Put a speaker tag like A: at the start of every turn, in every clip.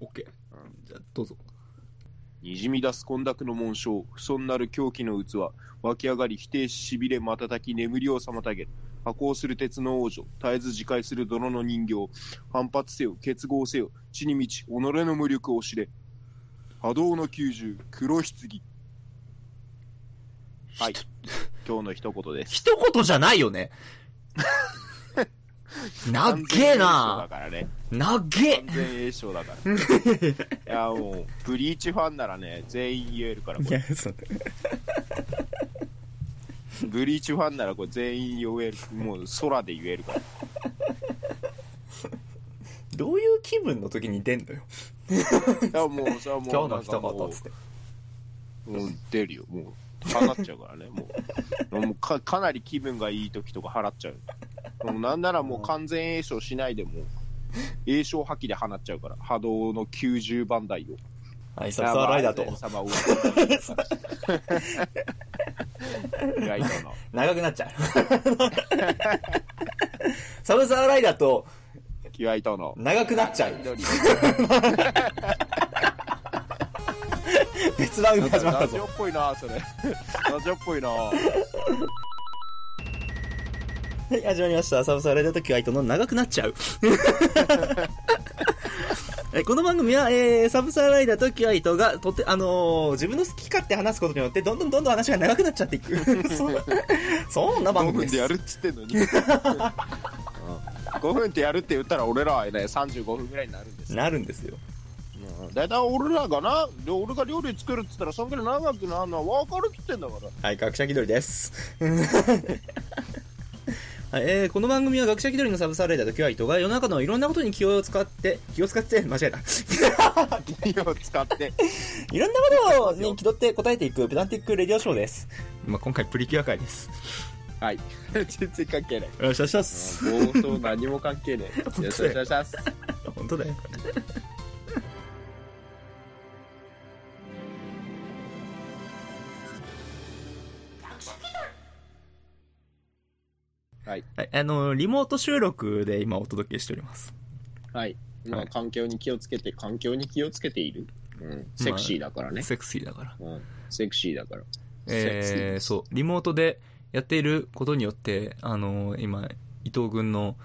A: OK。
B: うん
A: じゃあ、どうぞ。
B: にじみ出す混濁の紋章、不損なる狂気の器、湧き上がり否定しびれ瞬き眠りを妨げる、破行する鉄の王女、絶えず自戒する泥の人形、反発せよ、結合せよ、地に満ち、己の無力を知れ、波動の九十、黒棺。はい
A: ひと。
B: 今日の一言です。
A: 一言じゃないよ ね。なっげえ
B: 完全栄翔だ
A: な
B: からね。
A: なっげえ
B: 完全栄翔だから。い や、もう、ブリーチファンならね、全員言えるから、こ
C: い
B: れ
C: や、そう
B: ブリーチファンならこれ全員言える。もう空で言えるから。
C: どういう気分の時に出んのよ。
B: だからもう、それはも
C: 今日
B: う、
C: の
B: なんか
C: 一
B: も
C: 言
B: う
C: っつって。
B: もう出るよ、もう。払っちゃうからね、もう。 もうかかなり気分がいい時とか払っちゃう。もうなんならもう完全栄翔しないでも、栄翔破棄で放っちゃうから、波動の90番台を。
C: はい、サクサライダー
B: いや
C: と
B: ま。あアイゼン様を意外とな。
C: 長くなっちゃう。 サブサーライダーと
B: 気合いとの。
C: 長くなっちゃう。別番組始まった
B: ラジオ
C: ぞ。
B: っぽいな、それ。ラジオっぽいな。
C: はい、始まりました。サブサーライダーとキュアイトの長くなっちゃう。 はいこの番組は、えー、サブサーライダーとキュアイトが、とて、あのー自分の好き勝手話すことによって、どんどんどんどん話が長くなっちゃっていく。 そそんな番
B: 5
C: 組で
B: 分
C: す。
B: でやるっつってんのに。5分ってやるって言ったら俺らはね35分ぐらいになるんですよ、
C: なるんですよ。
B: うん、だいたい俺らがなで俺が料理作るっつったらそんぐらい長くなるのは分かるっつってんだ から
C: はい、学者気取りです。 はいえーこの番組は学者気取りのサブサーレーダーとキュアイトが世の中のいろんなことに気を使って、気を使って、間違えた。
B: 気を使って
C: いろんなことをに気取って答えていくペダンティックレディオショーです。まあ、今回プリキュア会です。
B: はい全然関係な
C: よ
B: い
C: ろしくお願いしま
B: 冒頭何も関係ねえ
C: よ ろしくお願
B: いします
C: 本当だよ。
B: はい
C: はい、あの、リモート収録で今お届けしております。
B: はいま
C: は
B: あ
C: い
B: 環境に気をつけて環境に気をつけている、うん、セクシーだからね、
C: セクシーだから。
B: うん、セクシーだから
C: えー、
B: セクシー
C: そう、リモートでやっていることによって、あのー今、伊藤君の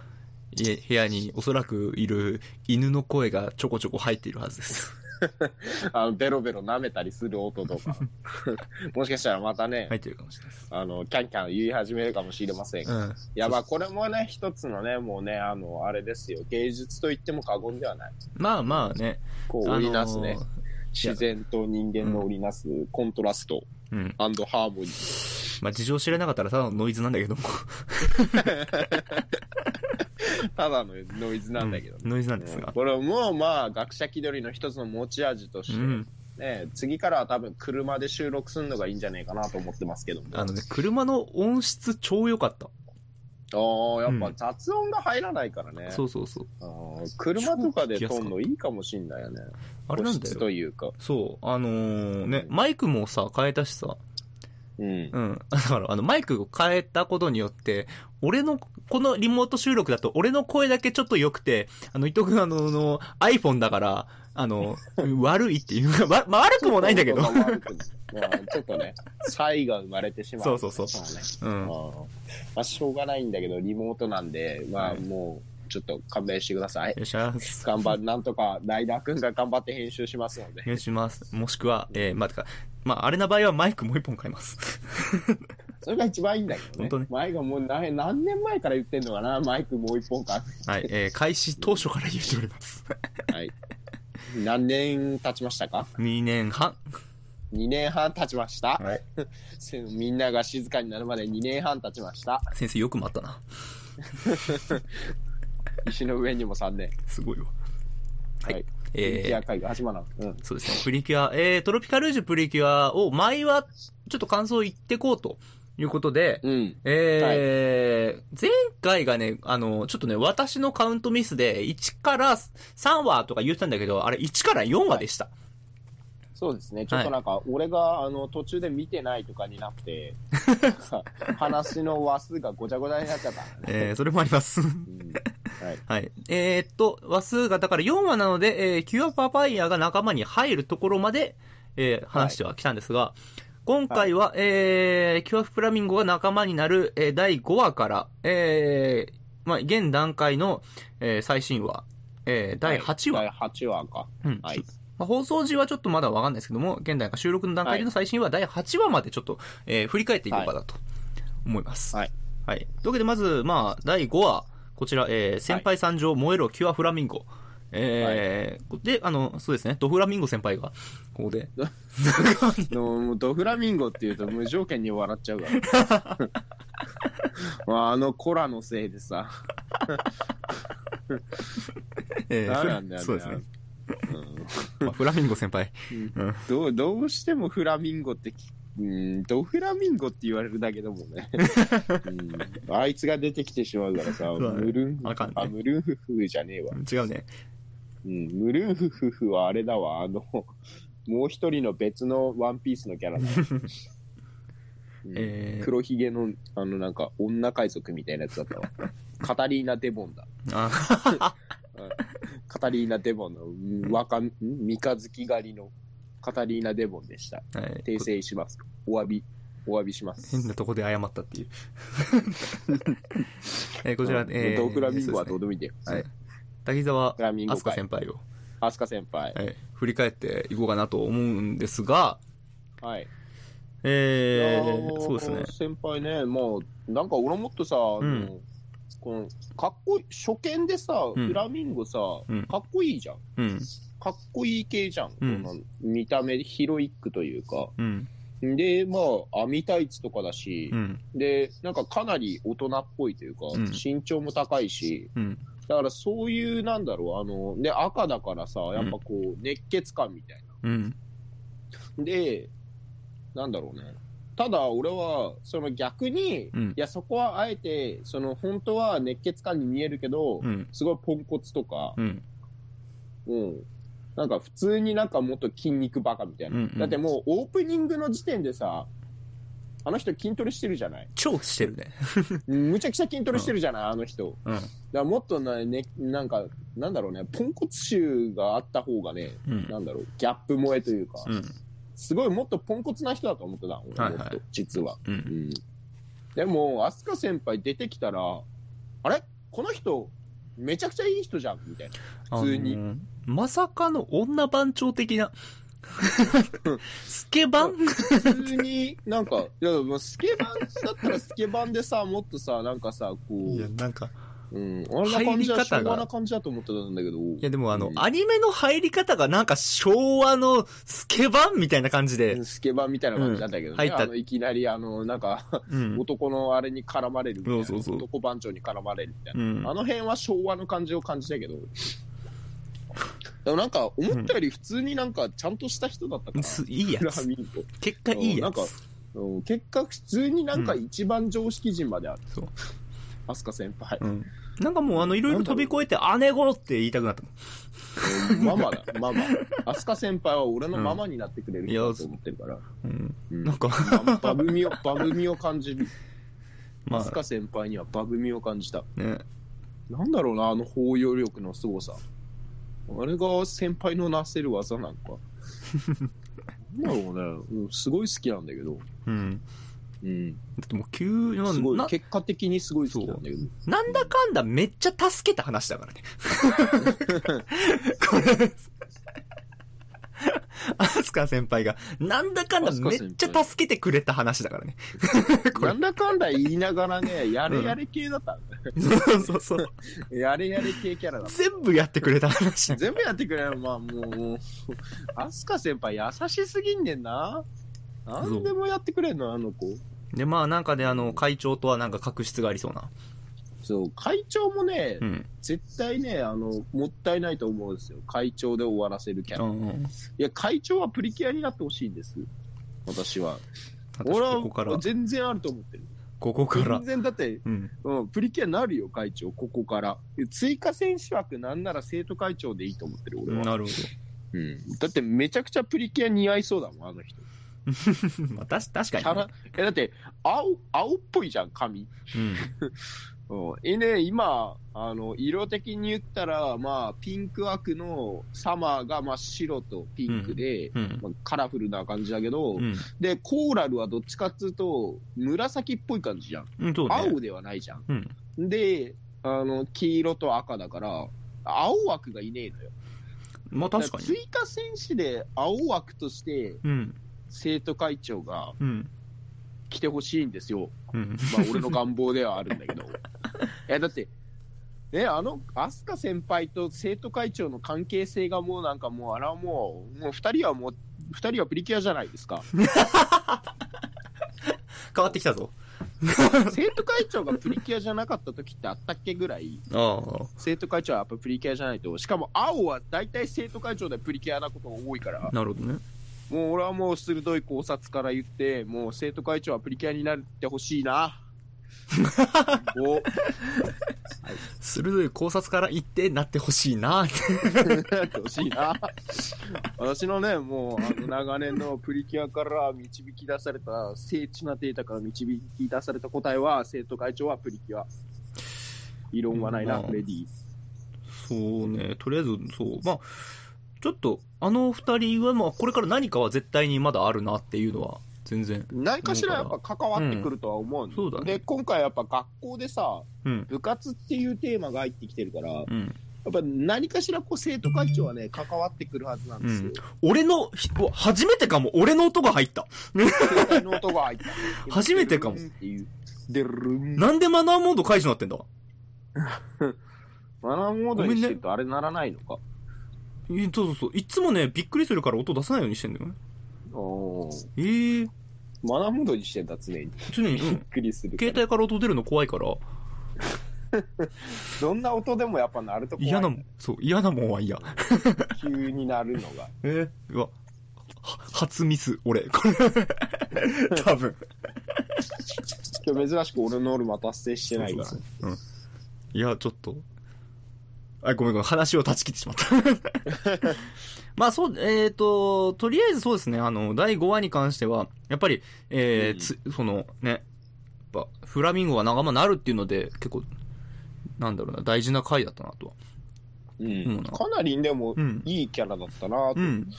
C: 家部屋におそらくいる犬の声がちょこちょこ入っているはずです。
B: あのベロベロ舐めたりする音と かもしかしたらまたね、
C: 入ってるかもしれないです。
B: あのキャンキャン言い始めるかもしれませんが、
C: うん。
B: いやまあこれもね一つのねもうねあのあれですよ芸術と言っても過言ではない
C: まあまあね。
B: こう
C: あのー
B: 織りなすね、自然と人間の織りなすコントラスト
C: うん。
B: ハーモニー
C: まあ事情知らなかったらただのノイズなんだけども。
B: ただのノイズなんだけど、ね
C: うんノイズなんです
B: うん
C: が。
B: これもまあ学者気取りの一つの持ち味とし
C: う
B: て、
C: ん。
B: ね、次からは多分車で収録するのがいいんじゃないかなと思ってますけども
C: あのね、車の音質超良かった。
B: あーや
C: う
B: っ
C: ん
B: ぱ雑音が入らないからね、
C: そうそうそう。
B: あー車とかで撮んのいいかもしんないよね
C: あれなん
B: 個
C: だ
B: 室
C: よ。
B: というか
C: そう。あのーね、マイクもさ、変えたしさ。
B: うん
C: うん。 だから、あの、マイクを変えたことによって、俺の、このリモート収録だと、俺の声だけちょっと良くて、あの、伊藤君あの、あの iPhone だから、あの、 悪いっていうか、わ、まあ、悪くもないんだけど。
B: ちょっと悪くないまあちょっとね、差異が生まれてしまう。
C: そうそうそ
B: まあね
C: うん。
B: ま
C: は
B: あまあ、しょうがないんだけど、リモートなんで、まあ
C: はい
B: もう、ちょっと勘弁してください
C: い。よっしゃー
B: 頑張る、なんとか、ライダーくんが頑張って編集しますので
C: お。願いします。もしくは、えー、まあ、てか、まあ、あれな場合はマイクもう一本買います。
B: それが一番いいんだけど
C: 本
B: ね。
C: 当ね
B: 前がもう何何年前から言ってんのかな、マイクもう一本か。
C: はい、えー、開始当初から言っております。
B: はい。何年経ちましたか
C: 2年半。
B: ?2 年半経ちました。
C: はい。
B: せみんなが静かになるまで2年半経ちました。
C: 先生よく待ったな。
B: 石の上にも3年。
C: すごいわ。はい
B: はい。
C: えー
B: リア会が始まらん。うん。
C: そうですね。プリキュア、えー、トロピカルージュプリキュアを、前は、ちょっと感想を言ってこうということで、
B: うん。
C: えー前回がね、あの、ちょっとね、私のカウントミスで、1から3話とか言ってたんだけど、あれ1から4話でした。
B: そうですね。ちょっとなんか、俺が、あの、途中で見てないとかに なって、話の話数がごちゃごちゃになっちゃった、ね。
C: えー、それもあります。
B: うんはい。
C: はい。えーっと、話数がだから4話なので、えーキュアパパイヤが仲間に入るところまで、えー話しては来たんですが、今回は、えーキュアフラミンゴが仲間になる、えー第5話から、えーまあ、現段階の、えー最新話、えー第8話、
B: はい第8話か。
C: うん
B: はい。
C: まあ、放送時はちょっとまだわかんないですけども、現代が収録の段階での最新話、第8話までちょっと、えー振り返っていこうかなと思います。
B: はい。
C: はい。というわけで、まず、まあ、第5話、こちら、えー先輩参上、燃えろ、キュアフラミンゴ。えーで、あの、そうですね、ドフラミンゴ先輩が、ここで。
B: でももうドフラミンゴっていうと無条件に笑っちゃうから。 まあ、あのコラのせいでさ。
C: えー
B: ダメなんだよね。
C: そうですね。
B: うん
C: まあフラミンゴ先輩。
B: どうどうしてもフラミンゴってき、うん、ドフラミンゴって言われるだけだもんね、うん。あいつが出てきてしまうからさ、
C: うだね
B: ムルンフ
C: あかんね
B: あ、ムルンフフじゃねえわ。
C: 違うね。
B: うん、ムルンフフフはあれだわ、あの、 もう一人の別のワンピースのキャラだ。うん
C: えー
B: 黒ひげの、あの、なんか、女海賊みたいなやつだったわ。 カタリーナ・デボンだ。
C: あ
B: カタリーナ・デボンの、うんわかん、ん三日月狩りのカタリーナ・デボンでした。
C: はい
B: 訂正します。お詫び、お詫びします。
C: 変なとこで謝ったっていう。 えーこちら、えー、
B: ドフラミンゴは
C: そ
B: ど
C: うで
B: うでもいいんだよ。
C: すねはい。滝沢
B: フラミンゴ
C: 明日香
B: 界
C: 先輩を、
B: アスカ先輩。
C: はい、振り返っていこうかなと思うんですが、
B: はい。
C: え
B: いや
C: ー、
B: ー
C: そうですね。
B: 先輩ね、もう、なんか俺もっとさ、あの
C: うん
B: この、かっこいい、初見でさ、
C: うん
B: フラミンゴさ、
C: うん
B: かっこいいじゃん。
C: うん、
B: かっこいい系じゃん。
C: うん
B: この見た目、ヒロイックというか。
C: うん、
B: で、まあ、網タイツとかだし
C: う、ん、
B: で、なんかかなり大人っぽいというか、
C: うん
B: 身長も高いし、
C: うん、
B: だからそういう、なんだろう、あの、で、赤だからさ、やっぱこう、熱血感みたいな。
C: うん、
B: で、なんだろうね。ただ、俺は、その逆に、
C: うん
B: いや、そこはあえて、その、本当は熱血感に見えるけど、
C: うん、
B: すごいポンコツとか、
C: うん、
B: うん。なんか、普通になんかもっと筋肉バカみたいな。
C: うんうん
B: だってもう、オープニングの時点でさ、あの人筋トレしてるじゃない
C: 超してるね。
B: うんむちゃくちゃ筋トレしてるじゃない、あの人。
C: うん
B: だからもっとな、ね、なんか、なんだろうね、ポンコツ臭があった方がね、
C: うん、
B: なんだろう、ギャップ萌えというか、
C: うん、
B: すごいもっとポンコツな人だと思ってた、俺
C: はいはい
B: もっと実は。
C: う、
B: うんん。でも、アスカ先輩出てきたら、あれこの人、めちゃくちゃいい人じゃんみたいな。普通に
C: あのーまさかの女番長的 な、スケバン
B: 普通 に、なんか、いや、もうスケバンだったらスケバンでさ、もっとさ、なんかさ、こ
C: いうや、、なんか、
B: うん、あんな感じ
C: 入り方が
B: は昭和な感じだと思ってたんだけど。
C: いやでもあの、
B: うん
C: アニメの入り方がなんか昭和のスケバンみたいな感じで、
B: スケバンみたいな感じなんだけどね、
C: うん入った
B: あのいきなりあのなんか
C: うん。
B: 男のあれに絡まれるみたいな
C: そうそうそう
B: 男番長に絡まれるみたいうな、
C: ん
B: あの辺は昭和の感じを感じたけどでもなんか思ったより普通になんかちゃんとした人だったから、
C: すいいや
B: フラ
C: つ。
B: ミンゴ
C: 結果いい
B: な
C: や
B: んか
C: つ。
B: うん結果普通になんか一番常識人まである、
C: そう
B: アスカ先輩、
C: うん。なんかもうあの、いろいろ飛び越えて、姉子って言いたくなった。
B: うんママだママアスカ先輩は俺のママになってくれる人だと思ってるから、
C: うん。
B: うん
C: なんか、
B: ババブミをバブミを感じる
C: ま
B: アスカ先輩にはバブみを感じた。
C: あ、ね。
B: なんだろうな、あの包容力の凄さ。あれが先輩のなせる技なの か。なんだろうね、うん、すごい好きなんだけど、
C: うん。
B: うん、
C: だってもう急な
B: すごい
C: な、
B: 結果的にすごい好きなんだけど、
C: なんだかんだめっちゃ助けた話だからね。これ、アスカ先輩が、なんだかんだめっちゃ助けてくれた話だからね。これ
B: なんだかんだ言いながら ね、やれやれ系だった、
C: そうそうそう。
B: やれやれ系キャラだっ
C: 全部やってくれた話
B: た。。 全部やってくれるまあもうもう、アスカ先輩優しすぎんねんな。何でもやってくれんの、あの子。
C: で、まあなんかね、あの、会長とはなんか確執がありそうな。
B: そう、会長もね、
C: うん。
B: 絶対ね、あの、もったいないと思うんですよ。会長で終わらせるキャ
C: う
B: ラ。い
C: ん。
B: や、会長はプリキュアになってほしいんです。私は。
C: 私
B: 俺は
C: ここから、
B: 全然あると思ってる。
C: ここから
B: 全。然だって、
C: うん。
B: うん、プリキュアになるよ、会長、ここから。追加選手枠なんなら生徒会長でいいと思ってる、俺は。
C: なるほ
B: うん。だってめちゃくちゃプリキュア似合いそうだもん、あの人。
C: ど。まあ、たし確か
B: キャ
C: にね、
B: ラ、え、だって、青、青っぽいじゃん、髪。
C: うん。
B: うんえね、今、あの、色的に言ったら、まあ、ピンク枠のサマーが、まあ、白とピンクで、
C: うん。
B: まあ、カラフルな感じだけど、
C: うん。
B: で、コーラルはどっちかっつうと、紫っぽい感じじゃん。
C: うん、そうね。
B: 青ではないじゃん。
C: うん。
B: で、あの、黄色と赤だから、青枠がいねえのよ。
C: まあ確か
B: だら
C: に。
B: 追加選手で青枠として、
C: うん。
B: 生徒会長が
C: うん。
B: 来てほしいんですよ。
C: うん。
B: まあ、俺の願望ではあるんだけど。え、だって、ね、あの、飛鳥先輩と生徒会長の関係性がもうなんかもう、あれはもう、もう二人はもう、二人はプリキュアじゃないで すか。
C: 変わってきたぞ。
B: 生徒会長がプリキュアじゃなかった時ってあったっけぐらい、
C: ああ。
B: 生徒会長はやっぱプリキュアじゃないと、しかも青は大体生徒会長でプリキュアなことが多いから、
C: なるほどね。
B: もう俺はもう鋭い考察から言って、もう生徒会長はプリキュアになってほし いな。お
C: 鋭い考察から言ってなってほしいな って。
B: なってほしいな。私のね、もう、あの、長年のプリキュアから導き出された、精緻なデータから導き出された答えは、生徒会長はプリキュア。異論はないな、
C: うん
B: フレディ。
C: そうね。とりあえず、そう。まあ、ちょっと、あの二人は、まあ、これから何かは絶対にまだあるなっていうのは、全然。
B: 何かしらやっぱ関わってくるとは思うん
C: うんそうだね
B: で、今回やっぱ学校でさ、
C: うん。
B: 部活っていうテーマが入ってきてるから、や
C: うん。
B: っぱ何かしらこう生徒会長はね、関わってくるはずなんですよ。
C: 俺の、ひうわ初めてかも、俺の音が入った。
B: 携帯の音が入った。
C: 初めてかも
B: デルルンっていう。でるん。
C: なんでマナーモード解除になってんだ
B: マナーモードにしてるとあれならないのか。
C: えそうそうそう。いつもね、びっくりするから音出さないようにしてんだよね。
B: お
C: ええー、
B: マナーモードにしてんだ、常に。
C: 常に、う
B: びっ
C: ん。
B: くりする。
C: 携帯から音出るの怖いから、
B: どんな音でもやっぱ鳴ると怖い。
C: 嫌なもん、そう、嫌なもんは嫌。
B: 急に鳴るのが。
C: えー、 うわ、は初ミス、 俺。これ、多分。
B: 今日珍しく俺のノルマ達成してないから。
C: うん。いや、ちょっと。あ、ごめんごめん、話を断ち切ってしまった。 まあそう、えっ、と、とりあえずそうですね、あの、第5話に関しては、やっぱり、えー
B: うん
C: つ、その、ね、やっぱ、フラミンゴが仲間になるっていうので、結構、なんだろうな、大事な回だったなとは。
B: うん。かなりでも
C: うん、
B: いいキャラだったなと。
C: うん。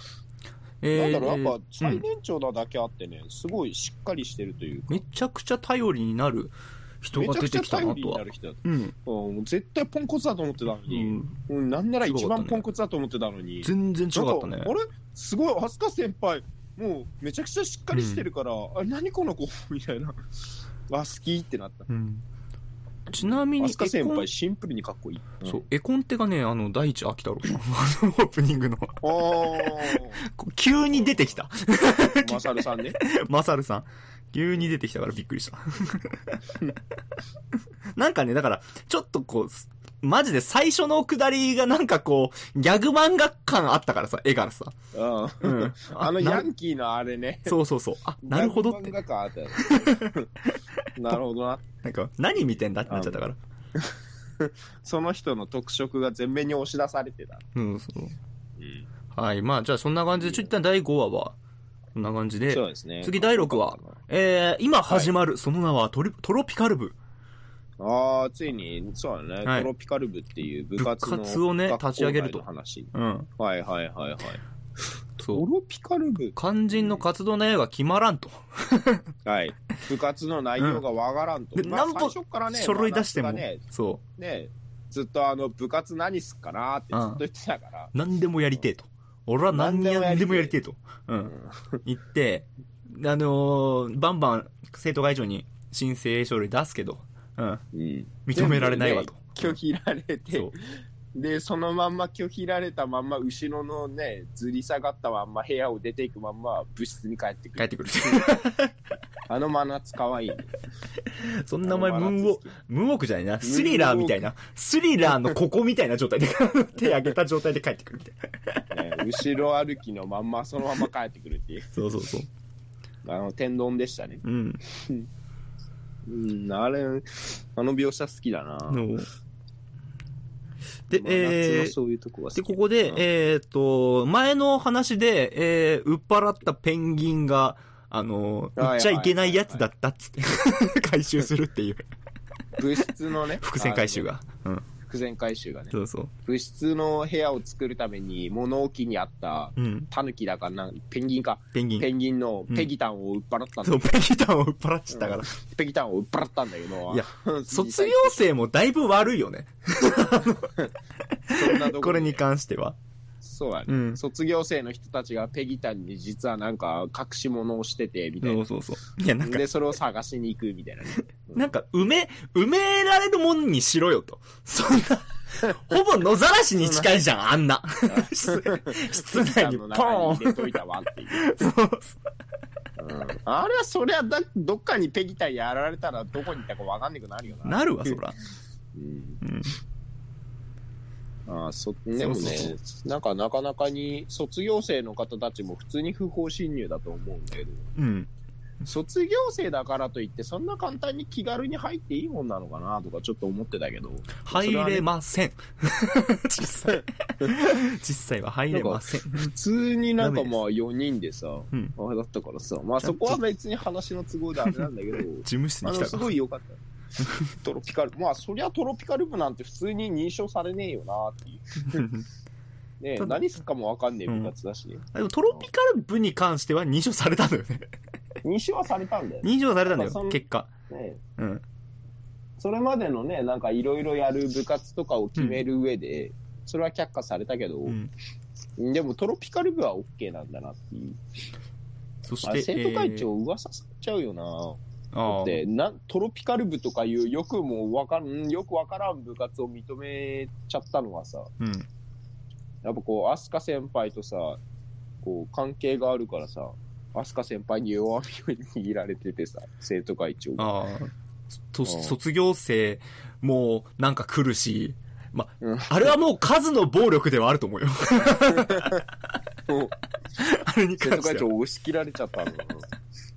C: え
B: な
C: ー
B: んだろう、やっぱ
C: う
B: 最
C: ん
B: 年長なだけあってね、すごいしっかりしてるというか。
C: めちゃくちゃ頼りになる人
B: め
C: が
B: ちゃ
C: 出
B: くち
C: て
B: ゃ
C: きた
B: 頼
C: な
B: り
C: と
B: に
C: は
B: な。る人だっ
C: うん。
B: た。うん、絶対ポンコツだと思ってたの
C: う
B: に、
C: ん
B: うん、なんなら一
C: すごかった
B: 番
C: ね
B: ポンコツだと思ってたのに、
C: 全然違
B: なん
C: かったね
B: あ。れすごい、飛鳥先輩、もうめちゃくちゃしっかりしてるから、あ何この子みたいな。 あ、好きってなった。
C: うん。ちなみに、
B: 飛鳥
C: エ
B: 先
C: コン
B: 輩、シンプルにかっこいい。
C: そう、エコンテがね、あの、第一秋太郎さん、あのオープニングの、
B: あ
C: こう急に出てきた。
B: あ、マサルさんね。
C: マサルさん。急に出てきたからびっくりした。 なんかね、だから、ちょっとこう、すマジで最初のくだりがなんかこう、ギャグ漫画感あったからさ、絵からさ。
B: うん。
C: うん。
B: あの
C: な
B: ヤンキーのあれね。
C: そうそうそう。あ、なるほどって
B: ギ。ャグ漫画感あったよね なるほどな。
C: なんか、何見てんだってなっちゃったから。
B: その人の特色が前面に押し出されてた。
C: うん、そう。
B: うん。
C: はい、まあ、じゃあそんな感じで、ちょ、一旦第5話は、こんな感じで。
B: そうですね。
C: 次第六話えー、今始まる、その名はトリトロピカル部。
B: ああ、ついに、そうだね、
C: はい
B: トロピカル部っていう部活の
C: 部活をね
B: 学校
C: 立ち上げると
B: 内の話。
C: うん。
B: はいはいはいはい。
C: そ
B: ト
C: う。
B: ロピカル部
C: 肝心の活動内容が決まらんと。
B: はい。部活の内容がわからんと。
C: うんで
B: ま
C: な
B: あ
C: んぼ
B: 最初からね、
C: 書類出しても
B: 真夏がね、
C: そ
B: ね、ずっとあの、部活何すっかなってずっと言ってたから。
C: う。何でもやりてえと。俺は何でもや
B: 何
C: り
B: でもやり
C: て
B: て
C: えと。う。
B: うんん
C: 言って、あのーバンバン生徒会長に申請書類出すけど、うん。
B: うん
C: 認められないわと。
B: 拒否られ
C: そ
B: て
C: う、。
B: で、そのまんま拒否られたまんま、後ろのね、ずり下がったまんま、部屋を出ていくまんま、部室に帰ってく
C: 帰って
B: る。
C: くる。
B: あの真夏かわいいね。
C: そんな前、ムーンウォー
B: ク。
C: ムーンウォークじゃないな。
B: ーンウォーク
C: スリラーみたいな。スリラーのここみたいな状態で、手上げた状態で帰ってくるみたいな。
B: ね後ろ歩きのまんまそのまま帰ってくるっていう
C: そうそうそう。
B: あの天丼でしたね
C: うん。
B: うんあれあの描写好きだな、まあ
C: で、え
B: 夏の
C: ー、
B: そういうとこは好き
C: で、ここで
B: う、ん
C: えーっと、前の話で、えー、売っ払ったペンギンが、あのー、
B: はい
C: 売っちゃいけないやつだったっつって、回収するっていう。
B: 物質のね
C: 伏線回収が。うん。
B: あの伏線回収がね
C: そうそう。
B: 物質の部屋を作るために物置にあった
C: うん。
B: タヌキだかなんペンギンか
C: ペンギン。
B: ペンギンの
C: うん
B: ペギタンを売っ払ったんだ
C: そう、ペギタンを売っ払っちゃったから。
B: ペギタンを売っ払ったんだけど
C: いや卒業生もだいぶ悪いよね。
B: そんなとろ
C: これに関しては。
B: そうやね、
C: うん
B: 卒業生の人たちがペギタンに実はなんか隠し物をしててみたい
C: そ
B: な
C: うそうそう。いや、なんか、
B: でそれを探しに行くみたいなね、
C: なんか、埋め、埋められるもんにしろよと。そん な、ほぼ野ざらしに近いじゃん、あんな。室室 内にポーン
B: ペギタンの中に入れといたわっていう、
C: そうそう
B: うんあれはそりゃだどっかにペギタンやられたらどこにいたかわかんなくなるよな
C: なるわ、そら。
B: うん
C: うん。
B: ああそでもね
C: そうそ
B: なんかなかなかに卒業生の方たちも普通に不法侵入だと思うんだけど
C: うん。
B: 卒業生だからといってそんな簡単に気軽に入っていいもんなのかなとかちょっと思ってたけど
C: 入れません。実 際。実際は入れません。
B: 普通になんか
C: ダメで
B: まあ4人でさ、
C: うん
B: あれだったからさ、まあ
C: ちゃん
B: そ
C: と
B: こは別に話の都合であれな んだけど、
C: 事務室
B: あ
C: に来
B: の、
C: た
B: す
C: から
B: ごい。良かった。トロピカル、まあそりゃトロピカル部なんて普通に認証されねえよなっていう。ね
C: ただ
B: え何すっかもわかんねえ部活だし、ね
C: でもトロピカル部に関しては認証されたんだよね。
B: 認証はされたんだよね。
C: 認証されたんだ
B: まあそ
C: よ、
B: の
C: 結果。
B: ね
C: うん。
B: それまでのね、なんかいろいろやる部活とかを決める上で、それは却下されたけど、
C: うん。
B: でもトロピカル部は OK なんだなっていう。
C: そし
B: あれ
C: て、
B: 生徒会長
C: え
B: 噂されちゃうよな、
C: ーあー
B: でなんトロピカル部とかいうよくもわかんよくわからん部活を認めちゃったのはさ
C: うん。
B: やっぱこう飛鳥先輩とさこう関係があるからさ飛鳥先輩に弱みを握られててさ生徒会長が
C: ああ。と、
B: うん
C: 卒業生もなんか来るし、ま
B: うん、
C: あれはもう数の暴力ではあると思うよ。
B: もう
C: あれに
B: 生
C: 関
B: 徒
C: し
B: 会
C: て
B: 長
C: は。
B: を押し切られちゃったの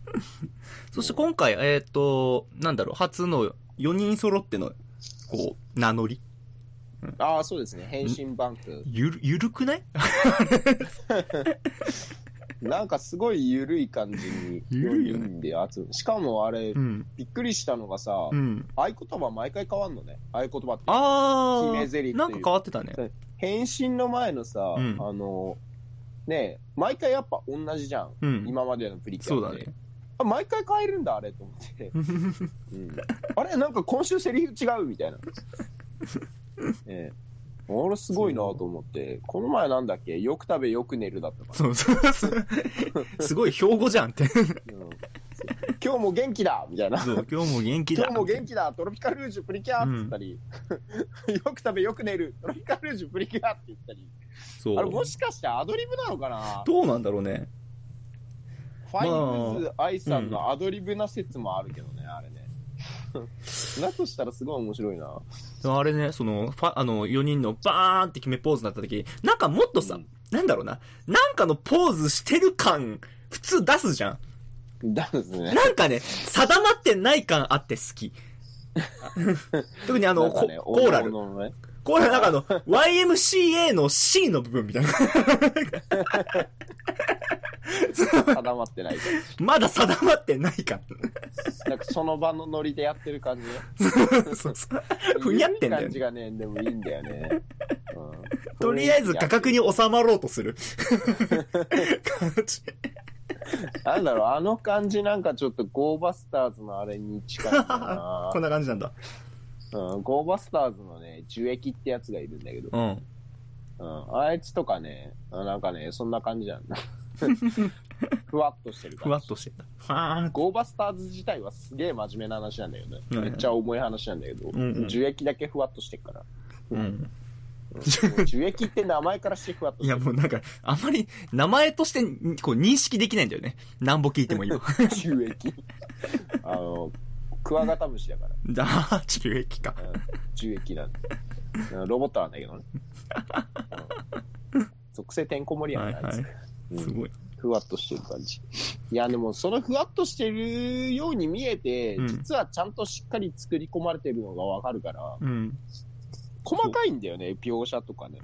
C: そして今回、えっ、と、なんだろう、初の4人揃っての、こう、名乗り。
B: ああそうですね返信バンク
C: ゆる、ゆるくない
B: なんかすごい緩い感じに
C: 緩いよね
B: 4人で集めしかもあれ
C: うん。
B: びっくりしたのがさ、
C: うん。
B: 合言葉毎回変わんのね合言葉って
C: あ
B: 決め台詞っていう
C: ー、なんか変わってたね。
B: 返信の前のさ、
C: ん
B: あのねえ毎回やっぱ同じじゃん、
C: うん。
B: 今までのプリキ
C: そう
B: ュ
C: だ
B: アで、
C: ね。
B: あ毎回変えるんだあれと思っ て、うんあれなんか今週セリフ違うみた いなええあれすごいなと思ってこの前なんだっけよく食べよく寝るだったか
C: そうそうそう。 すごい標語じゃんって。
B: ら、うん今日も元気だみたいな
C: そう、今日も元気だ。
B: 今日も元気だトロピカルルージュプリキュアっつったり、 よく食べよく寝るトロピカルルージュプリキュアって言ったり
C: そう
B: あれもしかしてアドリブなのかな
C: どうなんだろうね。
B: ファイブズ・アイさんのアドリブな説もあるけどね、あ れね。だとしたらすごい面白いな。
C: あれね、その、ファ、あの、4人のバーンって決めポーズになった時、なんかもっとさ、
B: うん
C: なんだろうな、なんかのポーズしてる感、普通出すじゃ ん。
B: だですね。
C: なんかね、定まってない感あって好き。 特にあ
B: あ
C: の、ココーラル。
B: のね、
C: コーラルなんかあの、YMCA の C の部分みたいな。
B: 定まってないか
C: まだ定まってない感。
B: ら。なんか その場のノリでやってる感じね。
C: そうそうふにゃってんだ
B: 緩い
C: よ
B: 感じ
C: ね。
B: がね、でもいいんだ よね。うん
C: とりあえず画角に。収まろうとす る。感じ
B: なんだろう、あの感じなんかちょっとゴーバスターズのあれに近いんだよな
C: こんな感じなんだ。
B: うん、ゴーバスターズのね、樹液ってやつがいるんだけど。
C: うん。
B: うん、あいつとかね、あなんかね、そんな感じな んだ。ふわっとしてる感じ。
C: ふわっとしてた。は
B: ゴーバスターズ自体はすげえ真面目な話なんだけどね。
C: うん
B: めっちゃ重い話なんだけど、
C: んうん
B: 樹液だけふわっとして るから。
C: ーうん。
B: うん樹液って名前からしてふわっと
C: い
B: して
C: や、
B: る。
C: もうなんか、あまり、名前として、こう、認識できないんだよね。なんぼ聞いても今。
B: 樹 液。あの、クワガタムシだから。
C: ああ、治療液か。
B: うん樹液なんだ。うんロボットなんだ けどね。うん属性てんこ盛りや
C: は
B: ん
C: い
B: な、あ
C: はい
B: つ
C: い。
B: うん
C: すごい。
B: ふわっとしてる感じ。いや、でも、そのふわっとしてるように見えて、
C: うん
B: 実はちゃんとしっかり作り込まれてるのがわかるから、
C: うん。
B: 細かいんだよね、描写とかね。